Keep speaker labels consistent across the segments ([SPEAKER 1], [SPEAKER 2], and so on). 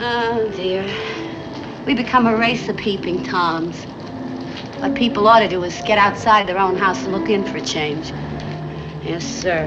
[SPEAKER 1] Oh, dear. We become a race of peeping toms. What people ought to do is get outside their own house and look in for a change. Yes, sir.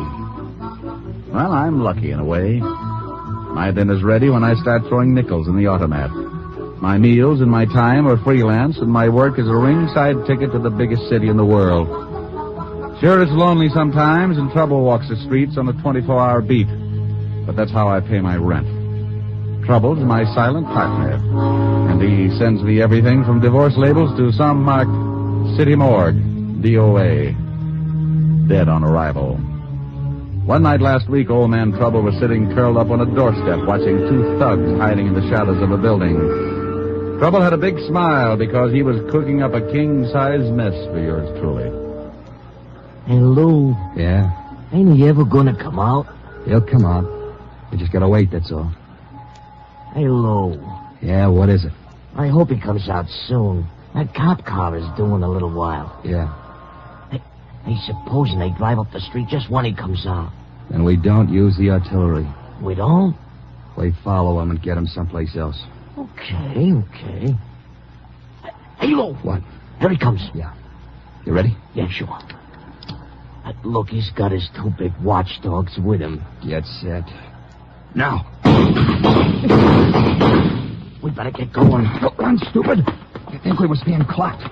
[SPEAKER 2] Well, I'm lucky in a way. My dinner's ready when I start throwing nickels in the automat. My meals and my time are freelance, and my work is a ringside ticket to the biggest city in the world. Sure, it's lonely sometimes, and trouble walks the streets on a 24 hour beat, but that's how I pay my rent. Trouble's my silent partner, and he sends me everything from divorce labels to some marked City Morgue, DOA, dead on arrival. One night last week, old man Trouble was sitting curled up on a doorstep watching two thugs hiding in the shadows of a building. Trouble had a big smile because he was cooking up a king size mess for yours truly.
[SPEAKER 3] Hey, Lou,
[SPEAKER 2] Yeah,
[SPEAKER 3] ain't he ever gonna come out?
[SPEAKER 2] he'll come out. We just gotta wait, that's all.
[SPEAKER 3] Hey, Lou,
[SPEAKER 2] Yeah, what is it?
[SPEAKER 3] I hope he comes out soon. That cop car is due in a little while.
[SPEAKER 2] Yeah.
[SPEAKER 3] Hey, supposing they drive up the street just when he comes out.
[SPEAKER 2] Then we don't use the artillery.
[SPEAKER 3] We don't?
[SPEAKER 2] We follow him and get him someplace else.
[SPEAKER 3] Okay, okay. Hey, Lou.
[SPEAKER 2] What?
[SPEAKER 3] Here he comes.
[SPEAKER 2] Yeah. You ready?
[SPEAKER 3] Yeah, sure. Uh, Look, he's got his two big watchdogs with him.
[SPEAKER 2] Get set. Now.
[SPEAKER 3] We better get going.
[SPEAKER 2] Don't run, stupid. You think we was being clocked.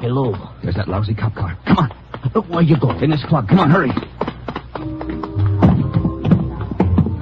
[SPEAKER 3] Hey, Lou.
[SPEAKER 2] There's that lousy cop car. Come on.
[SPEAKER 3] Look where you go.
[SPEAKER 2] In this club. Come on, hurry.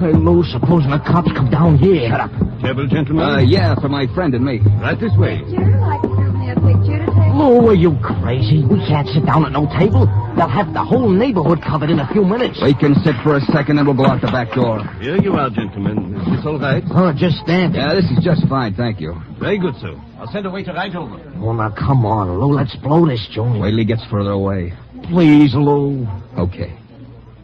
[SPEAKER 3] Hey, Lou, supposing the cops come down here. Shut up.
[SPEAKER 4] Several gentlemen.
[SPEAKER 2] Uh, yeah, for my friend and me.
[SPEAKER 4] Right this way.
[SPEAKER 5] Sure, like to give me a picture to take.
[SPEAKER 3] Lou, are Oh, you crazy? We can't sit down at no table. They'll have the whole neighborhood covered in a few minutes.
[SPEAKER 2] We can sit for a second and we'll go out the back door.
[SPEAKER 4] Here you are, gentlemen. Is this all right?
[SPEAKER 3] Oh, just stand there.
[SPEAKER 2] Yeah, this is just fine, thank you.
[SPEAKER 4] Very good, sir. I'll send a waiter right over.
[SPEAKER 3] Oh, now come on, Lou. Let's blow this joint.
[SPEAKER 2] Wait till he gets further away.
[SPEAKER 3] please, Lou.
[SPEAKER 2] Okay.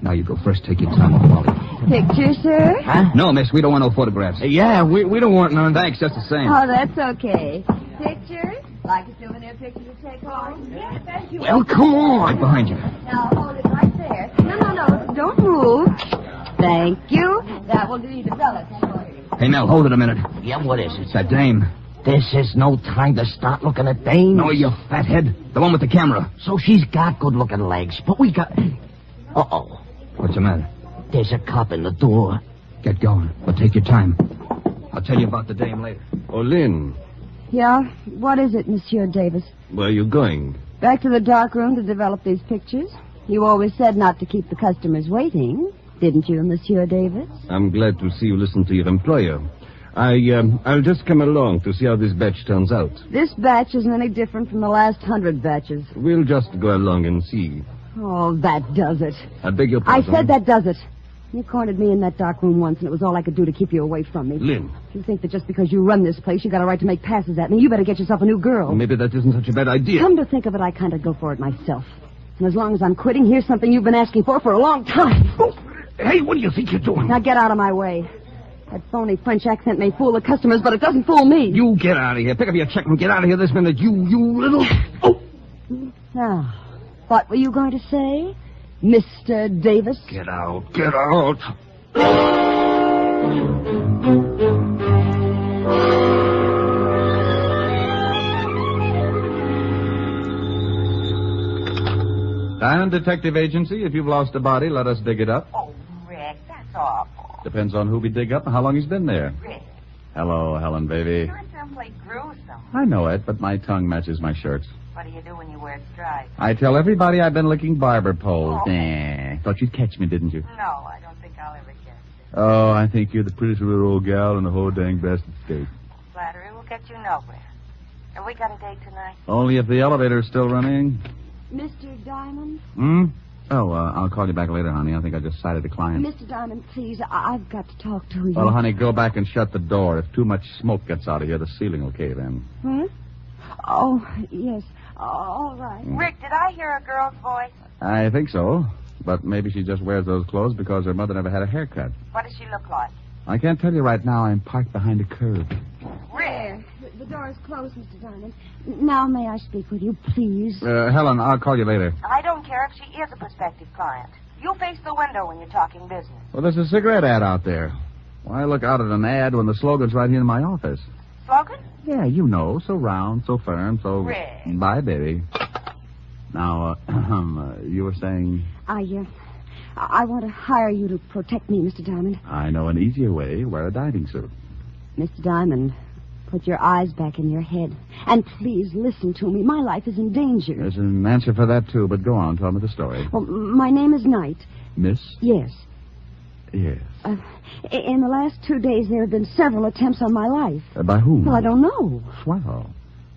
[SPEAKER 2] Now you go first. Take your time with Wally.
[SPEAKER 5] Picture, sir?
[SPEAKER 3] Huh?
[SPEAKER 2] No, miss, we don't want no photographs.
[SPEAKER 3] Yeah, we, we don't want none.
[SPEAKER 2] Thanks, just the same.
[SPEAKER 5] Oh, that's okay. Picture? Like a souvenir picture to take home? Yes, thank you.
[SPEAKER 3] Well, come
[SPEAKER 2] Right
[SPEAKER 3] on.
[SPEAKER 2] behind you.
[SPEAKER 5] Now hold it right there. No, no, no. Don't move. Thank you. That will do the fellas.
[SPEAKER 2] Hey, Nell, hold it a minute.
[SPEAKER 3] Yeah, what is it?
[SPEAKER 2] It's that dame.
[SPEAKER 3] This is no time to start looking at dames.
[SPEAKER 2] No, you fathead. The one with the camera.
[SPEAKER 3] So she's got good-looking legs, but we got... Uh-oh.
[SPEAKER 2] What's the matter?
[SPEAKER 3] There's a cop in the door.
[SPEAKER 2] Get going. We'll take your time. I'll tell you about the dame later.
[SPEAKER 4] Oh, Lynn.
[SPEAKER 5] Yeah? What is it, Monsieur Davis?
[SPEAKER 4] Where are you going?
[SPEAKER 5] Back to the dark room to develop these pictures? You always said not to keep the customers waiting, didn't you, Monsieur Davis?
[SPEAKER 4] I'm glad to see you listen to your employer. I, um, I'll just come along to see how this batch turns out.
[SPEAKER 5] This batch isn't any different from the last hundred batches.
[SPEAKER 4] We'll just go along and see.
[SPEAKER 5] Oh, that does it.
[SPEAKER 4] I beg your
[SPEAKER 5] I
[SPEAKER 4] pardon.
[SPEAKER 5] said that does it. You cornered me in that dark room once, and it was all I could do to keep you away from me.
[SPEAKER 4] Lynn,
[SPEAKER 5] You think that just because you run this place, you got a right to make passes at me. You better get yourself a new girl.
[SPEAKER 4] maybe that isn't such a bad idea.
[SPEAKER 5] Come to think of it, I kind of go for it myself. And as long as I'm quitting, here's something you've been asking for for a long time.
[SPEAKER 4] Hey, what do you think you're doing?
[SPEAKER 5] Now get out of my way. That phony French accent may fool the customers, but it doesn't fool me.
[SPEAKER 4] You get out of here. Pick up your check and get out of here this minute. You, you little. Oh,
[SPEAKER 5] Now, Ah, what were you going to say, Mr. Davis?
[SPEAKER 4] get out, get out.
[SPEAKER 2] Diamond Detective Agency, if you've lost a body, let us dig it up.
[SPEAKER 6] Oh, Rick, that's awful.
[SPEAKER 2] Depends on who we dig up and how long he's been there.
[SPEAKER 6] Rick,
[SPEAKER 2] Hello, Helen, baby.
[SPEAKER 6] you're someplace gruesome.
[SPEAKER 2] I know it, but my tongue matches my shirt.
[SPEAKER 6] What do you do when you wear stripes?
[SPEAKER 2] I tell everybody I've been licking barber poles.
[SPEAKER 6] Oh.
[SPEAKER 2] Nah. Thought you'd catch me, didn't you?
[SPEAKER 6] No, I don't think I'll ever get it.
[SPEAKER 2] Oh, I think you're the prettiest little old gal in the whole dang bastard state.
[SPEAKER 6] Flattery will get you nowhere. Have we got a date tonight?
[SPEAKER 2] Only if the elevator's still running.
[SPEAKER 5] Mr. Diamond?
[SPEAKER 2] Hmm? Oh, uh, I'll call you back later, honey. I think I just sighted a client.
[SPEAKER 5] Mr. Diamond, please, I- I've got to talk to you.
[SPEAKER 2] Well, honey, go back and shut the door. If too much smoke gets out of here, the ceiling will cave in.
[SPEAKER 5] Hmm? Oh, yes. All right.
[SPEAKER 6] Rick, did I hear a girl's voice?
[SPEAKER 2] I think so. But maybe she just wears those clothes because her mother never had a haircut.
[SPEAKER 6] What does she look like?
[SPEAKER 2] I can't tell you right now. I'm parked behind a curb.
[SPEAKER 6] Rick,
[SPEAKER 5] The door is closed, Mr. Diamond. Now may I speak with you, please?
[SPEAKER 2] Uh, Helen, I'll call you later.
[SPEAKER 6] I don't care if she is a prospective client. You face the window when you're talking business.
[SPEAKER 2] Well, there's a cigarette ad out there. Why look out at an ad when the slogan's right here in my office?
[SPEAKER 6] Slogan?
[SPEAKER 2] Yeah, you know, so round, so firm, so.
[SPEAKER 6] Rick.
[SPEAKER 2] Bye, baby. Now, uh, uh, you were saying
[SPEAKER 5] I, uh, I I want to hire you to protect me, Mr. Diamond.
[SPEAKER 2] I know an easier way. Wear a diving suit.
[SPEAKER 5] Mr. Diamond, put your eyes back in your head. And please listen to me. My life is in danger.
[SPEAKER 2] There's an answer for that too, but go on, tell me the story,
[SPEAKER 5] Well, my name is Knight.
[SPEAKER 2] Miss.
[SPEAKER 5] Yes.
[SPEAKER 2] Yes.
[SPEAKER 5] Uh, i- in the last two days, there have been several attempts on my life.
[SPEAKER 2] Uh, by whom?
[SPEAKER 5] Well, I don't know.
[SPEAKER 2] Well,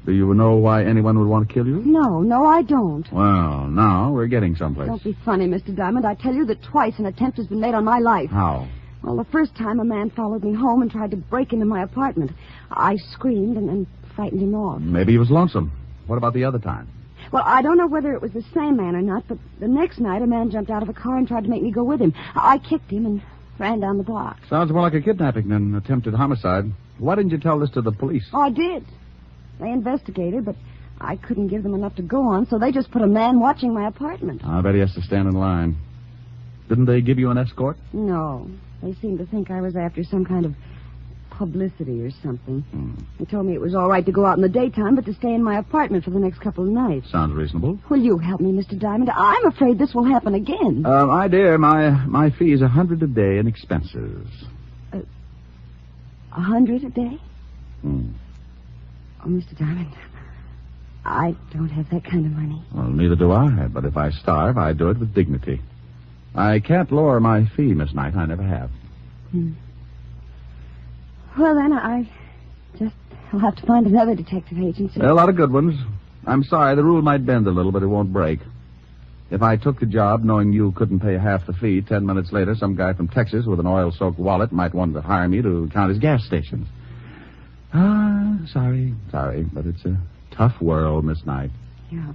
[SPEAKER 2] do you know why anyone would want to kill you?
[SPEAKER 5] No, no, I don't.
[SPEAKER 2] Well, now we're getting someplace.
[SPEAKER 5] Don't be funny, Mr. Diamond. I tell you that twice an attempt has been made on my life.
[SPEAKER 2] How?
[SPEAKER 5] Well, the first time a man followed me home and tried to break into my apartment. I screamed and then frightened him off.
[SPEAKER 2] Maybe he was lonesome. What about the other time?
[SPEAKER 5] Well, I don't know whether it was the same man or not, but the next night a man jumped out of a car and tried to make me go with him. I kicked him and ran down the block.
[SPEAKER 2] Sounds more like a kidnapping than an attempted homicide. Why didn't you tell this to the police?
[SPEAKER 5] Oh, I did. They investigated, but I couldn't give them enough to go on, so they just put a man watching my apartment.
[SPEAKER 2] I bet he has to stand in line. Didn't they give you an escort?
[SPEAKER 5] No, they seemed to think I was after some kind of publicity or something. They told me it was all right to go out in the daytime, but to stay in my apartment for the next couple of nights.
[SPEAKER 2] Sounds reasonable.
[SPEAKER 5] Will you help me, Mr. Diamond? I'm afraid this will happen again.
[SPEAKER 2] Uh, my dear, my my fee is a hundred a day in expenses.
[SPEAKER 5] A hundred a day?
[SPEAKER 2] Hmm.
[SPEAKER 5] Oh, Mr. Diamond, I don't have that kind of money.
[SPEAKER 2] Well, neither do I. But if I starve, I do it with dignity. I can't lower my fee, Miss Knight. I never have.
[SPEAKER 5] Well, then, I just will have to find another detective agency.
[SPEAKER 2] There are a lot of good ones. I'm sorry, the rule might bend a little, but it won't break. If I took the job knowing you couldn't pay half the fee, ten minutes later, some guy from Texas with an oil soaked wallet might want to hire me to count his gas stations. Ah, sorry, sorry, but it's a tough world, Miss Knight.
[SPEAKER 5] Yeah.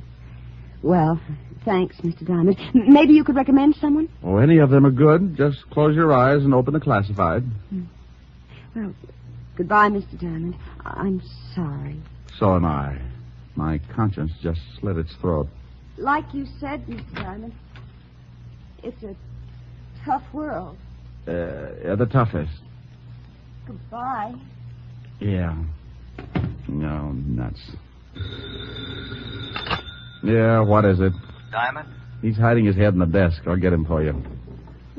[SPEAKER 5] Well, thanks, Mr. Diamond. M- maybe you could recommend someone?
[SPEAKER 2] Oh, any of them are good. Just close your eyes and open the classified.
[SPEAKER 5] Well, goodbye, Mr. Diamond. I- I'm sorry.
[SPEAKER 2] So am I. My conscience just slit its throat.
[SPEAKER 5] Like you said, Mr. Diamond, it's a tough world.
[SPEAKER 2] Uh, yeah, the toughest.
[SPEAKER 5] Goodbye.
[SPEAKER 2] Yeah. No, nuts. Yeah, what is it?
[SPEAKER 7] Diamond?
[SPEAKER 2] He's hiding his head in the desk. I'll get him for you.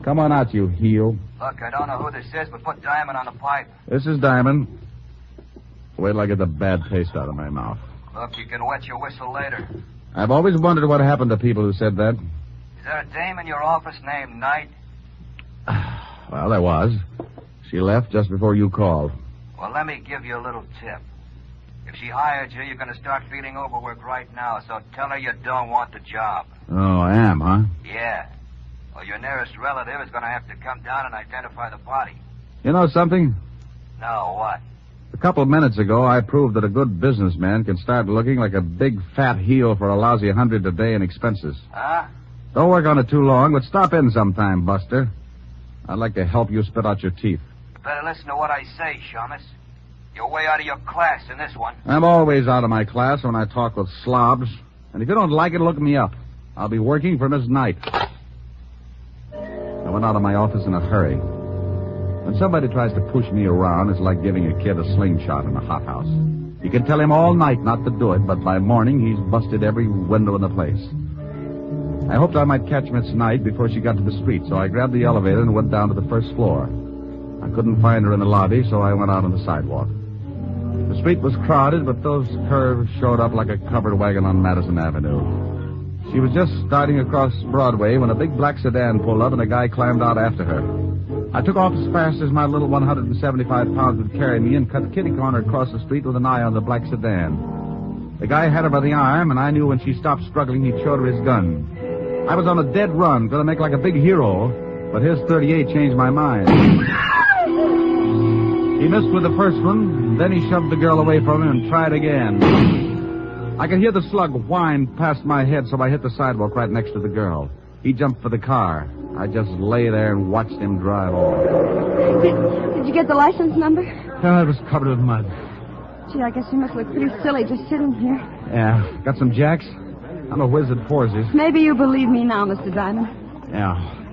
[SPEAKER 2] Come on out, you heel.
[SPEAKER 7] Look, I don't know who this is, but put Diamond on the pipe.
[SPEAKER 2] This is Diamond. Wait till I get the bad taste out of my mouth.
[SPEAKER 7] Look, you can wet your whistle later.
[SPEAKER 2] I've always wondered what happened to people who said that.
[SPEAKER 7] Is there a dame in your office named Knight?
[SPEAKER 2] Well, there was. She left just before you called.
[SPEAKER 7] Well, let me give you a little tip. If she hired you, you're going to start feeling overworked right now, so tell her you don't want the job.
[SPEAKER 2] Oh, I am, huh?
[SPEAKER 7] Yeah. Or your nearest relative is going to have to come down and identify the body.
[SPEAKER 2] You know something?
[SPEAKER 7] No, what?
[SPEAKER 2] A couple of minutes ago, I proved that a good businessman can start looking like a big fat heel for a lousy hundred a day in expenses.
[SPEAKER 7] Huh?
[SPEAKER 2] Don't work on it too long, but stop in sometime, Buster. I'd like to help you spit out your teeth.
[SPEAKER 7] You better listen to what I say, Shamus. You're way out of your class in this one.
[SPEAKER 2] I'm always out of my class when I talk with slobs. And if you don't like it, look me up. I'll be working for Miss Knight. I went out of my office in a hurry. When somebody tries to push me around, it's like giving a kid a slingshot in a hothouse. You can tell him all night not to do it, but by morning he's busted every window in the place. I hoped I might catch Miss Knight before she got to the street, so I grabbed the elevator and went down to the first floor. I couldn't find her in the lobby, so I went out on the sidewalk. The street was crowded, but those curves showed up like a covered wagon on Madison Avenue. She was just starting across Broadway when a big black sedan pulled up and a guy climbed out after her. I took off as fast as my little 175 pounds would carry me and cut kitty corner across the street with an eye on the black sedan. The guy had her by the arm, and I knew when she stopped struggling, he'd showed her his gun. I was on a dead run, gonna make like a big hero, but his 38 changed my mind. He missed with the first one, then he shoved the girl away from him and tried again. I could hear the slug whine past my head, so I hit the sidewalk right next to the girl. He jumped for the car. I just lay there and watched him drive off.
[SPEAKER 5] Did you get the license number?
[SPEAKER 2] Oh, it was covered with mud.
[SPEAKER 5] Gee, I guess you must look pretty silly just sitting here.
[SPEAKER 2] Yeah. Got some jacks? I'm a whiz at foursies.
[SPEAKER 5] Maybe you believe me now, Mr. Diamond.
[SPEAKER 2] Yeah.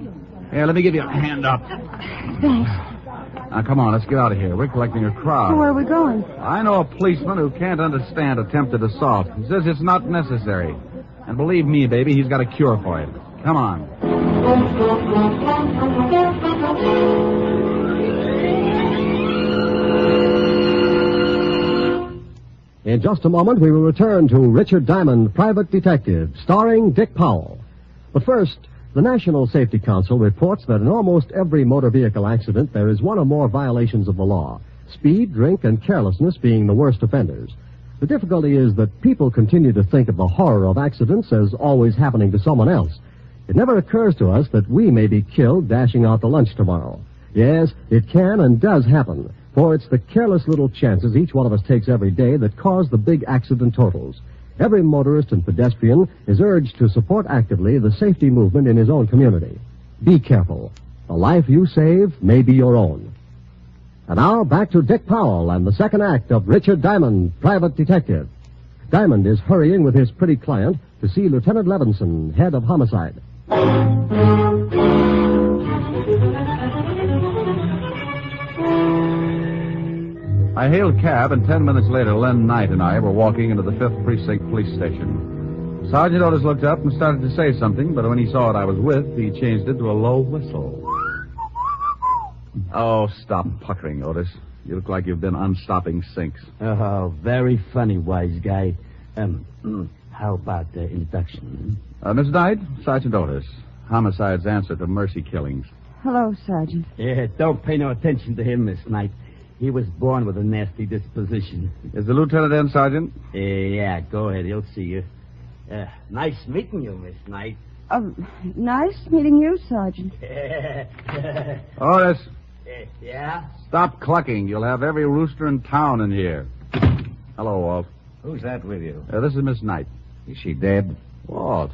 [SPEAKER 2] Yeah, let me give you a hand up.
[SPEAKER 5] Thanks.
[SPEAKER 2] Now, come on, let's get out of here. We're collecting a crowd.
[SPEAKER 5] So where are we going?
[SPEAKER 2] I know a policeman who can't understand attempted assault. He says it's not necessary. And believe me, baby, he's got a cure for it. Come on.
[SPEAKER 8] In just a moment, we will return to Richard Diamond, Private Detective, starring Dick Powell. But first, the National Safety Council reports that in almost every motor vehicle accident, there is one or more violations of the law, speed, drink, and carelessness being the worst offenders. The difficulty is that people continue to think of the horror of accidents as always happening to someone else. It never occurs to us that we may be killed dashing out to lunch tomorrow. Yes, it can and does happen, for it's the careless little chances each one of us takes every day that cause the big accident totals. Every motorist and pedestrian is urged to support actively the safety movement in his own community. Be careful. The life you save may be your own. And now back to Dick Powell and the second act of Richard Diamond, Private Detective. Diamond is hurrying with his pretty client to see Lieutenant Levinson, head of homicide.
[SPEAKER 2] I hailed cab, and ten minutes later, Len Knight and I were walking into the 5th Precinct Police Station. Sergeant Otis looked up and started to say something, but when he saw what I was with, he changed it to a low whistle. Oh, stop puckering, Otis. You look like you've been unstopping sinks.
[SPEAKER 3] Oh, very funny, wise guy. Um, how about the induction?
[SPEAKER 2] Uh, Miss Knight, Sergeant Otis. Homicide's answer to mercy killings.
[SPEAKER 5] Hello, Sergeant.
[SPEAKER 3] Yeah, don't pay no attention to him, Miss Knight. He was born with a nasty disposition.
[SPEAKER 2] Is the lieutenant in, Sergeant?
[SPEAKER 3] Uh, yeah, go ahead. He'll see you. Uh, nice meeting you, Miss Knight.
[SPEAKER 5] Uh, nice meeting you, Sergeant.
[SPEAKER 2] Otis,
[SPEAKER 3] Uh, yeah?
[SPEAKER 2] stop clucking. You'll have every rooster in town in here. Hello, Walt.
[SPEAKER 7] Who's that with you?
[SPEAKER 2] Uh, this is Miss Knight.
[SPEAKER 7] Is she dead?
[SPEAKER 2] Walt,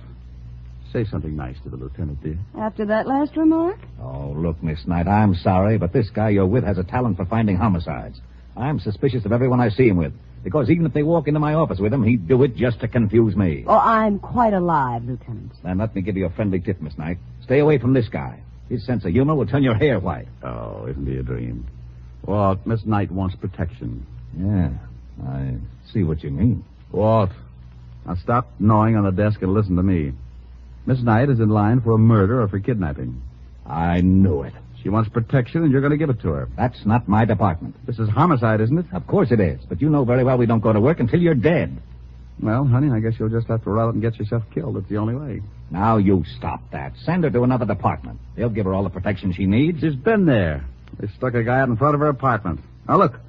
[SPEAKER 2] say something nice to the lieutenant, dear.
[SPEAKER 5] After that last remark?
[SPEAKER 7] Oh, look, Miss Knight, I'm sorry, but this guy you're with has a talent for finding homicides. I'm suspicious of everyone I see him with, because even if they walk into my office with him, he'd do it just to confuse me.
[SPEAKER 5] Oh, I'm quite alive, Lieutenant.
[SPEAKER 7] Then let me give you a friendly tip, Miss Knight. Stay away from this guy. His sense of humor will turn your hair white.
[SPEAKER 2] Oh, isn't he a dream? Walt, Miss Knight wants protection.
[SPEAKER 7] Yeah, I see what you mean.
[SPEAKER 2] Walt, now stop gnawing on the desk and listen to me. Miss Knight is in line for a murder or for kidnapping.
[SPEAKER 7] I knew it.
[SPEAKER 2] She wants protection, and you're going to give it to her.
[SPEAKER 7] That's not my department.
[SPEAKER 2] This is homicide, isn't it?
[SPEAKER 7] Of course it is, but you know very well we don't go to work until you're dead.
[SPEAKER 2] Well, honey, I guess you'll just have to rout and get yourself killed. It's the only way.
[SPEAKER 7] Now you stop that. Send her to another department. They'll give her all the protection she needs.
[SPEAKER 2] She's been there. They stuck a guy out in front of her apartment. Now look,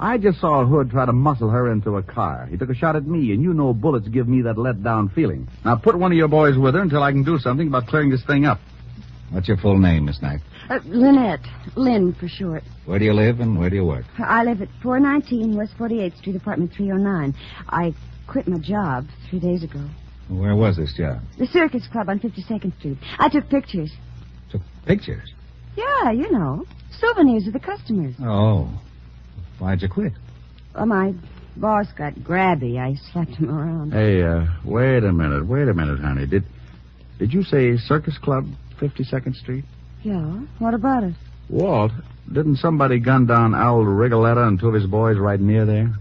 [SPEAKER 2] I just saw Hood try to muscle her into a car. He took a shot at me, and you know bullets give me that let down feeling. Now put one of your boys with her until I can do something about clearing this thing up.
[SPEAKER 7] What's your full name, Miss Knight?
[SPEAKER 5] Uh, Lynette. Lynn for short.
[SPEAKER 7] Where do you live and where do you work?
[SPEAKER 5] I live at 419 West 48th Street, apartment 309. I quit my job three days ago.
[SPEAKER 7] Where was this job?
[SPEAKER 5] The Circus Club on 52nd Street. I took pictures.
[SPEAKER 7] Took pictures.
[SPEAKER 5] Yeah, you know. Souvenirs of the customers.
[SPEAKER 7] Oh. Why'd you quit?
[SPEAKER 5] Well, my boss got grabby. I slapped him around.
[SPEAKER 2] Hey, uh, wait a minute, wait a minute, honey. Did did you say Circus Club, 52nd Street?
[SPEAKER 5] Yeah? What about it?
[SPEAKER 2] Walt, didn't somebody gun down Owl Rigoletta and two of his boys right near there?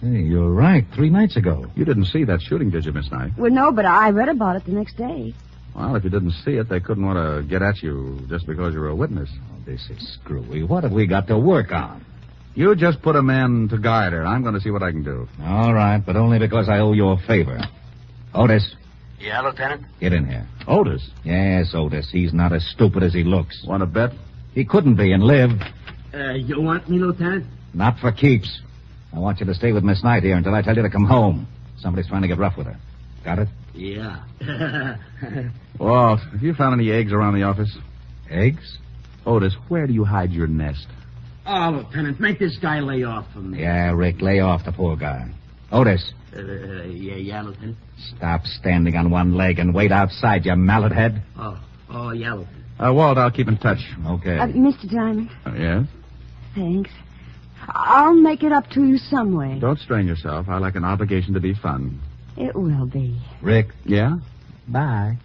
[SPEAKER 7] Hey, you're right. Three nights ago.
[SPEAKER 2] You didn't see that shooting, did you, Miss Knight?
[SPEAKER 5] Well, no, but I read about it the next day.
[SPEAKER 2] Well, if you didn't see it, they couldn't want to get at you just because you were a witness.
[SPEAKER 7] Oh, this is screwy. What have we got to work on?
[SPEAKER 2] You just put a man to guide her. I'm going to see what I can do.
[SPEAKER 7] All right, but only because I owe you a favor. Otis,
[SPEAKER 9] Yeah, Lieutenant?
[SPEAKER 7] get in here.
[SPEAKER 2] Otis?
[SPEAKER 7] Yes, Otis. He's not as stupid as he looks.
[SPEAKER 2] Want to bet?
[SPEAKER 7] He couldn't be and live.
[SPEAKER 9] Uh, you want me, Lieutenant?
[SPEAKER 7] Not for keeps. I want you to stay with Miss Knight here until I tell you to come home. Somebody's trying to get rough with her. Got it?
[SPEAKER 9] Yeah.
[SPEAKER 2] Walt, have you found any eggs around the office?
[SPEAKER 7] Eggs?
[SPEAKER 2] Otis, where do you hide your nest?
[SPEAKER 9] oh, Lieutenant, make this guy lay off for me.
[SPEAKER 7] Yeah, Rick, lay off the poor guy. Otis,
[SPEAKER 9] Uh, yeah, yeah, Lieutenant.
[SPEAKER 7] stop standing on one leg and wait outside, you mallet head.
[SPEAKER 9] Oh, oh, yeah, Lieutenant.
[SPEAKER 2] Uh, Walt, I'll keep in touch.
[SPEAKER 7] Okay.
[SPEAKER 5] Uh, Mr. Diamond,
[SPEAKER 2] Uh, yes?
[SPEAKER 5] thanks. I'll make it up to you some way.
[SPEAKER 2] Don't strain yourself. I like an obligation to be fun.
[SPEAKER 5] It will be.
[SPEAKER 7] Rick,
[SPEAKER 2] Yeah?
[SPEAKER 7] bye.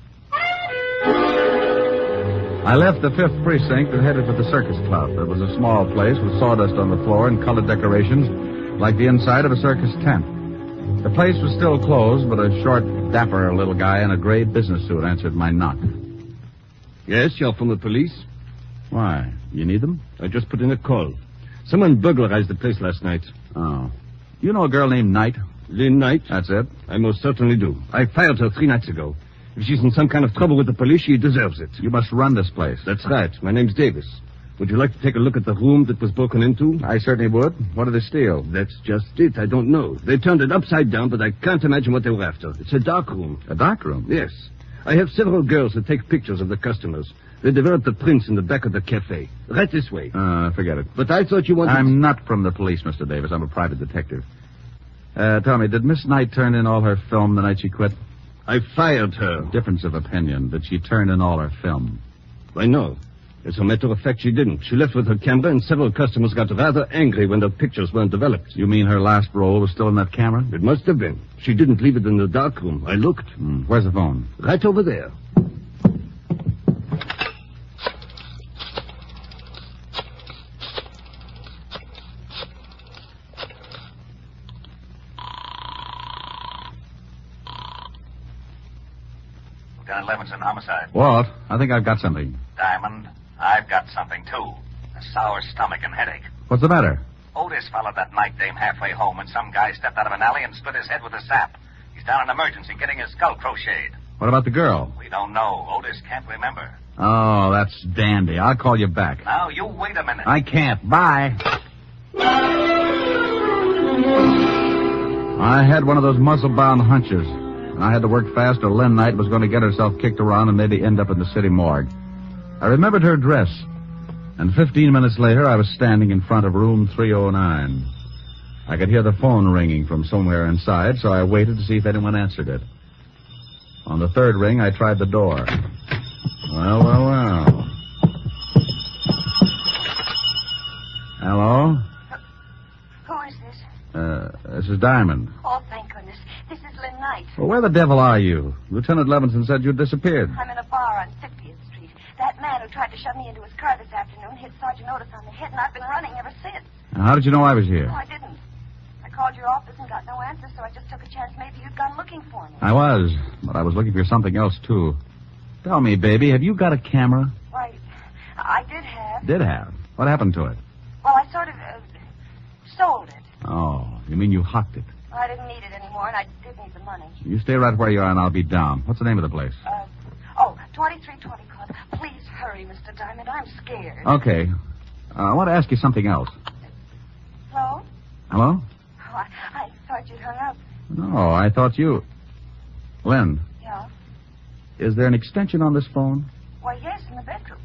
[SPEAKER 2] I left the fifth precinct and headed for the circus club. It was a small place with sawdust on the floor and colored decorations, like the inside of a circus tent. The place was still closed, but a short, dapper little guy in a gray business suit answered my knock.
[SPEAKER 4] Yes, you're from the police.
[SPEAKER 2] Why? You need them?
[SPEAKER 4] I just put in a call. Someone burglarized the place last night.
[SPEAKER 2] Oh. You know a girl named Knight?
[SPEAKER 4] Lynn Knight?
[SPEAKER 2] That's it.
[SPEAKER 4] I most certainly do. I fired her three nights ago. If she's in some kind of trouble with the police, she deserves it.
[SPEAKER 2] You must run this place.
[SPEAKER 4] That's right. My name's Davis. Would you like to take a look at the room that was broken into?
[SPEAKER 2] I certainly would. What did they steal?
[SPEAKER 4] That's just it. I don't know. They turned it upside down, but I can't imagine what they were after. It's a dark room.
[SPEAKER 2] A dark room.
[SPEAKER 4] Yes. I have several girls that take pictures of the customers. They developed the prints in the back of the cafe. Right this way.
[SPEAKER 2] Uh, forget it.
[SPEAKER 4] But I thought you wanted...
[SPEAKER 2] I'm not from the police, Mr. Davis. I'm a private detective. Uh, tell me, did Miss Knight turn in all her film the night she quit?
[SPEAKER 4] I fired her.
[SPEAKER 2] Difference of opinion. Did she turn in all her film?
[SPEAKER 4] I know. As a matter of fact, she didn't. She left with her camera, and several customers got rather angry when their pictures weren't developed.
[SPEAKER 2] You mean her last role was still in that camera?
[SPEAKER 4] It must have been. She didn't leave it in the dark room. I looked.
[SPEAKER 2] Hmm. Where's the phone?
[SPEAKER 4] Right over there.
[SPEAKER 7] Lieutenant Levinson, homicide.
[SPEAKER 2] Walt, I think I've got something.
[SPEAKER 7] Diamond, I've got something, too. A sour stomach and headache.
[SPEAKER 2] What's the matter?
[SPEAKER 7] Otis followed that night dame halfway home, and some guy stepped out of an alley and split his head with a sap. He's down in emergency getting his skull crocheted.
[SPEAKER 2] What about the girl?
[SPEAKER 7] We don't know. Otis can't remember.
[SPEAKER 2] Oh, that's dandy. I'll call you back.
[SPEAKER 7] Now, you wait a minute.
[SPEAKER 2] I can't. Bye. I had one of those muscle bound hunches, and I had to work fast or Lynn Knight was going to get herself kicked around and maybe end up in the city morgue. I remembered her dress, and 15 minutes later, I was standing in front of room 309. I could hear the phone ringing from somewhere inside, so I waited to see if anyone answered it. On the third ring, I tried the door. Well, well, well. Hello?
[SPEAKER 6] Who is this?
[SPEAKER 2] Uh, this is Diamond.
[SPEAKER 6] Oh, thank goodness. This is Lynn Knight.
[SPEAKER 2] Well, where the devil are you? Lieutenant Levinson said you disappeared.
[SPEAKER 6] I'm in a bar on 50th Street. That man who tried to shove me into his car this afternoon hit Sergeant Otis on the head, and I've been running ever since.
[SPEAKER 2] And How did you know I was here?
[SPEAKER 6] No, I didn't. I called your office and got no answer, so I just took a chance maybe you'd gone looking for me.
[SPEAKER 2] I was, but I was looking for something else, too. Tell me, baby, have you got a camera?
[SPEAKER 6] Why, I did have.
[SPEAKER 2] Did have. What happened to it?
[SPEAKER 5] Well, I sort of uh, sold it.
[SPEAKER 2] Oh, you mean you hocked it?
[SPEAKER 5] I didn't need it anymore, and I did need the money.
[SPEAKER 2] You stay right where you are, and I'll be down. What's the name of the place?
[SPEAKER 5] Uh, oh, 2320 Club. Please hurry, Mr. Diamond. I'm scared.
[SPEAKER 2] Okay. Uh, I want to ask you something else.
[SPEAKER 5] Hello?
[SPEAKER 2] Hello?
[SPEAKER 5] Oh, I, I thought you'd hung up.
[SPEAKER 2] No, I thought you. Lynn,
[SPEAKER 5] Yeah?
[SPEAKER 2] is there an extension on this phone?
[SPEAKER 5] Why, yes, in the bedroom.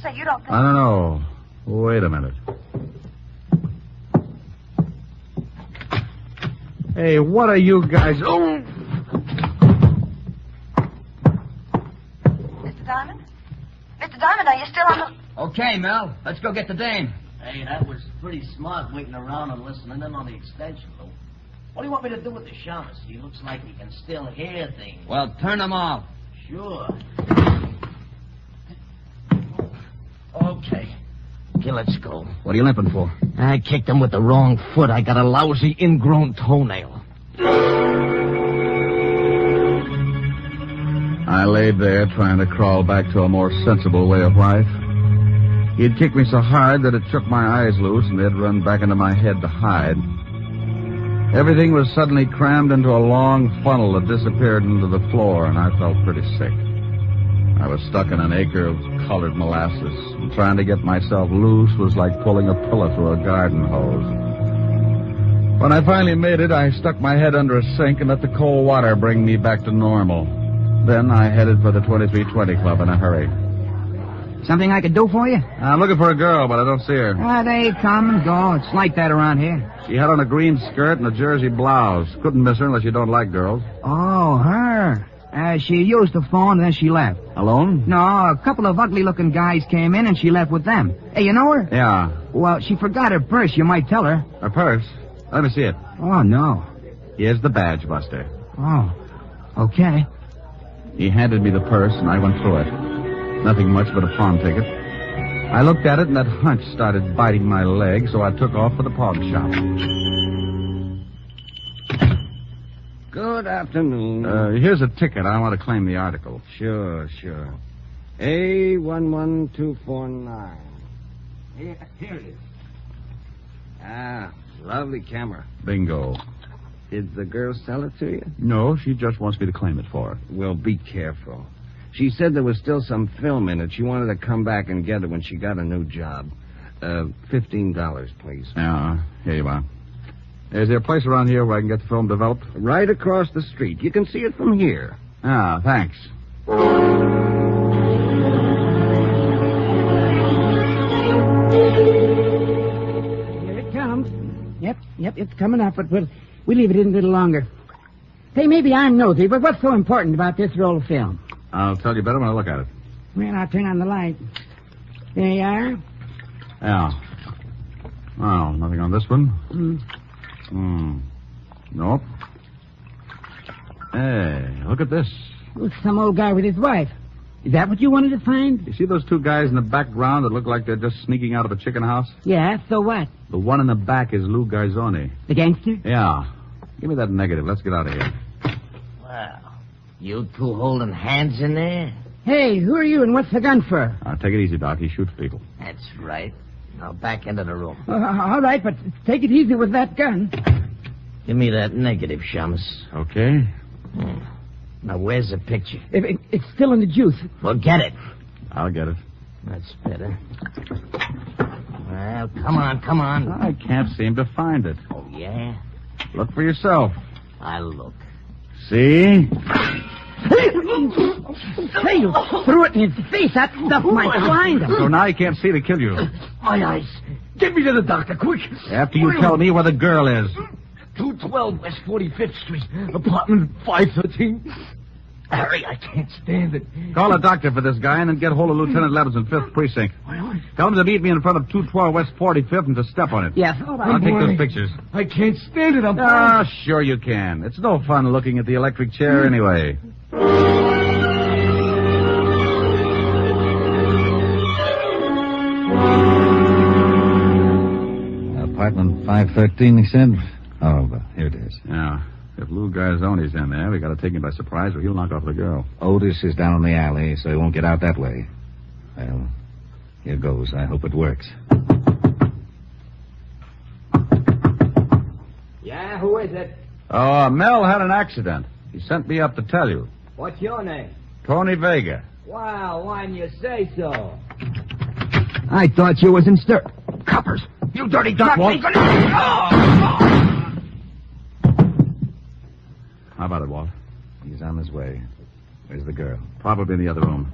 [SPEAKER 5] Say, you don't think...
[SPEAKER 2] I don't know. Wait a minute. Hey, what are you guys? Oh,
[SPEAKER 5] Mr. Diamond? Mr. Diamond, are you still on the...
[SPEAKER 10] Okay, Mel. Let's go get the dame.
[SPEAKER 3] Hey, that was pretty smart waiting around and listening in on the extension, Lou. What do you want me to do with the shamus? He looks like he can still hear things.
[SPEAKER 10] Well, turn them off.
[SPEAKER 3] Sure. Okay. Okay, let's go.
[SPEAKER 10] What are you limping for?
[SPEAKER 11] I kicked him with the wrong foot. I got a lousy ingrown toenail.
[SPEAKER 2] I laid there trying to crawl back to a more sensible way of life. He had kicked me so hard that it shook my eyes loose and they'd run back into my head to hide. Everything was suddenly crammed into a long funnel that disappeared into the floor, and I felt pretty sick. I was stuck in an acre of colored molasses, and trying to get myself loose was like pulling a pillow through a garden hose. When I finally made it, I stuck my head under a sink and let the cold water bring me back to normal. Then I headed for the 2320 Club in a hurry.
[SPEAKER 12] Something I could do for you?
[SPEAKER 2] I'm looking for a girl, but I don't see her.
[SPEAKER 12] Ah, they come and go. It's like that around here.
[SPEAKER 2] She had on a green skirt and a jersey blouse. Couldn't miss her unless you don't like girls.
[SPEAKER 12] Oh, her. Uh, she used the phone, then she left.
[SPEAKER 2] Alone?
[SPEAKER 12] No, a couple of ugly-looking guys came in, and she left with them. Hey, you know her?
[SPEAKER 2] Yeah.
[SPEAKER 12] Well, she forgot her purse. You might tell her.
[SPEAKER 2] Her purse? Let me see it.
[SPEAKER 12] Oh, no.
[SPEAKER 2] Here's the badge, Buster.
[SPEAKER 12] Oh, okay.
[SPEAKER 2] He handed me the purse, and I went through it. Nothing much but a pawn ticket. I looked at it, and that hunch started biting my leg, so I took off for the pawn shop.
[SPEAKER 13] Good afternoon.
[SPEAKER 2] Uh, here's a ticket. I want to claim the article.
[SPEAKER 13] Sure, sure. A11249. Here, here it is. Ah, lovely camera.
[SPEAKER 2] Bingo.
[SPEAKER 13] Did the girl sell it to you?
[SPEAKER 2] No, she just wants me to claim it for her.
[SPEAKER 13] Well, be careful. She said there was still some film in it. She wanted to come back and get it when she got a new job. Uh, $15, please.
[SPEAKER 2] Yeah, here you are. Is there a place around here where I can get the film developed?
[SPEAKER 13] Right across the street. You can see it from here.
[SPEAKER 2] Ah, thanks.
[SPEAKER 14] Here it comes. Yep, yep, it's coming up, but we'll, we leave it in a little longer. Say, maybe I'm nosy, but what's so important about this roll of film?
[SPEAKER 2] I'll tell you better when I look at it.
[SPEAKER 14] Well, I'll turn on the light. There you are.
[SPEAKER 2] Yeah. Well, nothing on this one.
[SPEAKER 14] Mm.
[SPEAKER 2] Hmm. Nope. Hey, look at this.
[SPEAKER 14] Oh, Some old guy with his wife. Is that what you wanted to find?
[SPEAKER 2] You see those two guys in the background that look like they're just sneaking out of a chicken house?
[SPEAKER 14] Yeah, so what?
[SPEAKER 2] The one in the back is Lou Garzoni.
[SPEAKER 14] The gangster?
[SPEAKER 2] Yeah. Give me that negative. Let's get out of here.
[SPEAKER 3] Wow. You two holding hands in there?
[SPEAKER 14] Hey, who are you and what's the gun for?
[SPEAKER 2] Uh, take it easy, Doc. He shoots people.
[SPEAKER 3] That's right. Now back into the room.
[SPEAKER 14] Uh, all right, but take it easy with that gun.
[SPEAKER 3] Give me that negative, Shamus.
[SPEAKER 2] Okay.
[SPEAKER 3] Now where's the picture?
[SPEAKER 14] If it, it's still in the juice.
[SPEAKER 3] Well, get it.
[SPEAKER 2] I'll get it.
[SPEAKER 3] That's better. Well, come on, come on.
[SPEAKER 2] I can't seem to find it.
[SPEAKER 3] Oh, yeah?
[SPEAKER 2] Look for yourself.
[SPEAKER 3] I look.
[SPEAKER 2] See?
[SPEAKER 14] Say, you threw it in his face. That stuff might blind him.
[SPEAKER 2] So now he can't see to kill you.
[SPEAKER 3] My eyes. Get me to the doctor, quick.
[SPEAKER 2] After you tell me where the girl is.
[SPEAKER 3] 212 West 45th Street, apartment 513. Harry, I can't stand it.
[SPEAKER 2] Call a doctor for this guy and then get hold of Lieutenant Levinson, 5th Precinct. Tell him to meet me in front of 212 West 45th and to step on it.
[SPEAKER 14] Yes, all right.
[SPEAKER 2] I'll take
[SPEAKER 14] Boy.
[SPEAKER 2] those pictures.
[SPEAKER 3] I can't stand it. I'm
[SPEAKER 2] Ah, sure you can. It's no fun looking at the electric chair
[SPEAKER 3] Hmm.
[SPEAKER 2] anyway.
[SPEAKER 6] Apartment 513, he said. Oh, but here it is.
[SPEAKER 2] Yeah. If Lou Garzoni's in there, we gotta take him by surprise or he'll knock off the girl.
[SPEAKER 6] Otis is down in the alley, so he won't get out that way. Well,
[SPEAKER 7] Here goes. I hope it works.
[SPEAKER 15] Yeah, who is it?
[SPEAKER 2] Oh, Mel had an accident. He sent me up to tell you.
[SPEAKER 15] What's your name?
[SPEAKER 2] Tony Vega.
[SPEAKER 15] Wow, why didn't you say so?
[SPEAKER 16] I thought you was in stir. Coppers! You dirty duck!
[SPEAKER 2] What?
[SPEAKER 16] me gonna- Oh!
[SPEAKER 2] How about it, Walt?
[SPEAKER 7] He's on his way. Where's the girl?
[SPEAKER 2] Probably in the other room.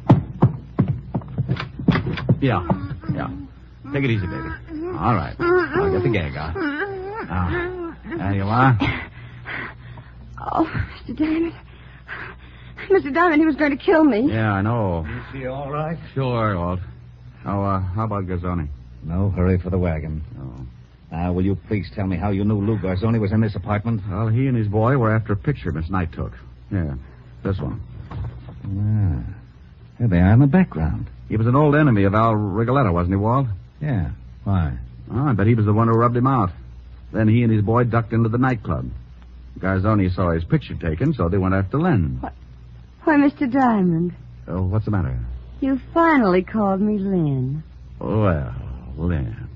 [SPEAKER 2] Yeah, yeah. Take it easy, baby. All right. I'll get the gag out. Ah, there you are.
[SPEAKER 5] Oh, Mr. Diamond. Mr. Diamond, he was going to kill me.
[SPEAKER 2] Yeah, I know.
[SPEAKER 7] Is she all right?
[SPEAKER 2] Sure, Walt. Oh, uh, how about Gazzoni?
[SPEAKER 7] No hurry for the wagon. No. Now, will you please tell me how you knew Lou Garzoni was in this apartment?
[SPEAKER 2] Well, he and his boy were after a picture Miss Knight took. Yeah, this one.
[SPEAKER 7] Ah. There they are in the background.
[SPEAKER 2] He was an old enemy of Al Rigoletto, wasn't he, Walt?
[SPEAKER 7] Yeah. Why?
[SPEAKER 2] Oh, I bet he was the one who rubbed him out. Then he and his boy ducked into the nightclub. Garzoni saw his picture taken, so they went after Len.
[SPEAKER 5] Why, Mr. Diamond,
[SPEAKER 2] Oh, what's the matter?
[SPEAKER 5] you finally called me Lynn.
[SPEAKER 2] Well, Len.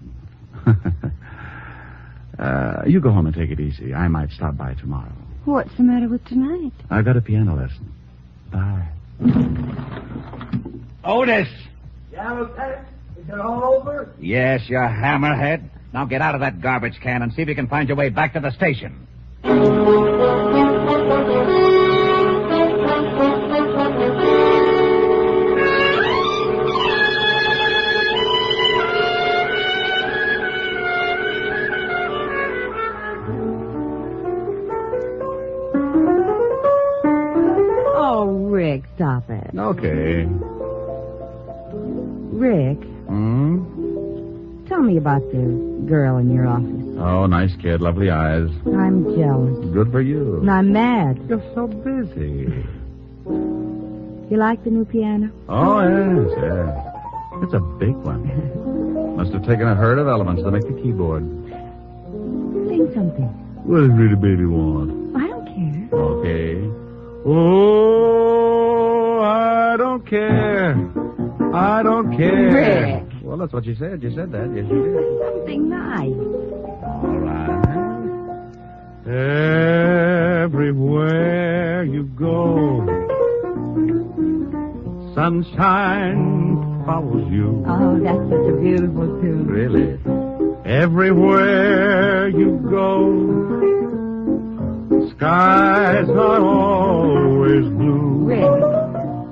[SPEAKER 2] uh, you go home and take it easy. I might stop by tomorrow.
[SPEAKER 5] What's the matter with tonight?
[SPEAKER 2] I got a piano lesson. Bye.
[SPEAKER 7] Otis!
[SPEAKER 9] Yeah, Lieutenant? Is it all over?
[SPEAKER 7] Yes, you hammerhead. Now get out of that garbage can and see if you can find your way back to the station.
[SPEAKER 5] Oh, Rick, stop it.
[SPEAKER 2] Okay.
[SPEAKER 5] Rick,
[SPEAKER 2] Hmm?
[SPEAKER 5] tell me about the girl in your office.
[SPEAKER 2] Oh, nice kid. Lovely eyes.
[SPEAKER 5] I'm jealous.
[SPEAKER 2] Good for you.
[SPEAKER 5] And I'm mad.
[SPEAKER 2] You're so busy.
[SPEAKER 5] You like the new piano?
[SPEAKER 2] Oh, yes, yes. It's a big one. Must have taken a herd of elements to make the keyboard.
[SPEAKER 5] Sing something.
[SPEAKER 2] What does Rita Baby want?
[SPEAKER 5] I don't care.
[SPEAKER 2] Okay. Oh, I don't care. I don't care.
[SPEAKER 5] Rick.
[SPEAKER 2] Well, that's what you said. You said that. Yes, you did.
[SPEAKER 5] Something nice.
[SPEAKER 2] All right. Everywhere you go, sunshine follows you.
[SPEAKER 5] Oh, that's such a beautiful tune.
[SPEAKER 2] Really? Everywhere you go, skies are always blue.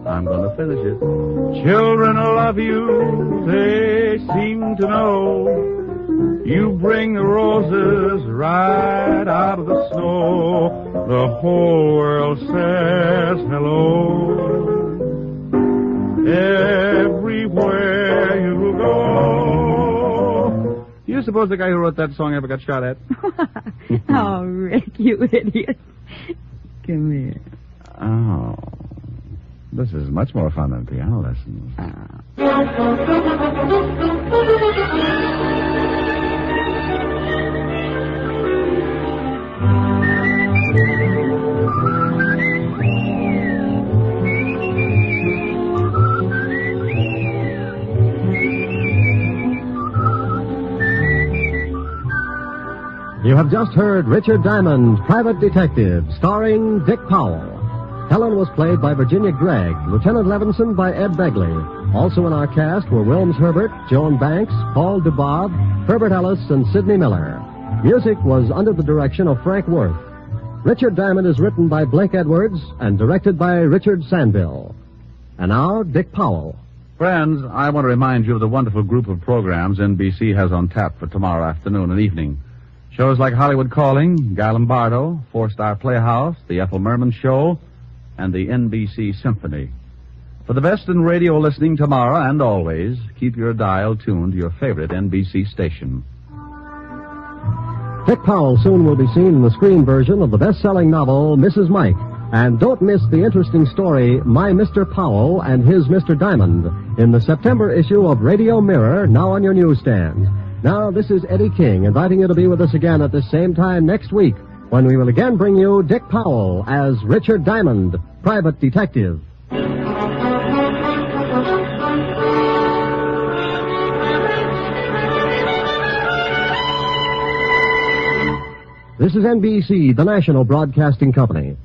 [SPEAKER 2] I'm gonna finish it. Children love you, they seem to know. You bring the roses right out of the snow. The whole world says hello. Everywhere you go. You suppose the guy who wrote that song ever got shot at?
[SPEAKER 5] oh, Rick, you idiot. Come here.
[SPEAKER 2] Oh. This is much more fun than piano lessons.
[SPEAKER 8] You have just heard Richard Diamond, Private Detective, starring Dick Powell. Helen was played by Virginia Gregg, Lieutenant Levinson by Ed Begley. Also in our cast were Wilms Herbert, Joan Banks, Paul DeBob, Herbert Ellis, and Sidney Miller. Music was under the direction of Frank Worth. Richard Diamond is written by Blake Edwards and directed by Richard Sandville. And now, Dick Powell.
[SPEAKER 2] Friends, I want to remind you of the wonderful group of programs NBC has on tap for tomorrow afternoon and evening. Shows like Hollywood Calling, Guy Lombardo, Four Star Playhouse, The Ethel Merman Show, and the NBC Symphony. For the best in radio listening tomorrow and always, keep your dial tuned to your favorite NBC station.
[SPEAKER 8] Dick Powell soon will be seen in the screen version of the best selling novel, Mrs. Mike. And don't miss the interesting story, My Mr. Powell and His Mr. Diamond, in the September issue of Radio Mirror, now on your newsstand. Now, this is Eddie King inviting you to be with us again at the same time next week when we will again bring you Dick Powell as Richard Diamond, private detective.
[SPEAKER 6] Thank you.
[SPEAKER 8] This is NBC, the national broadcasting company.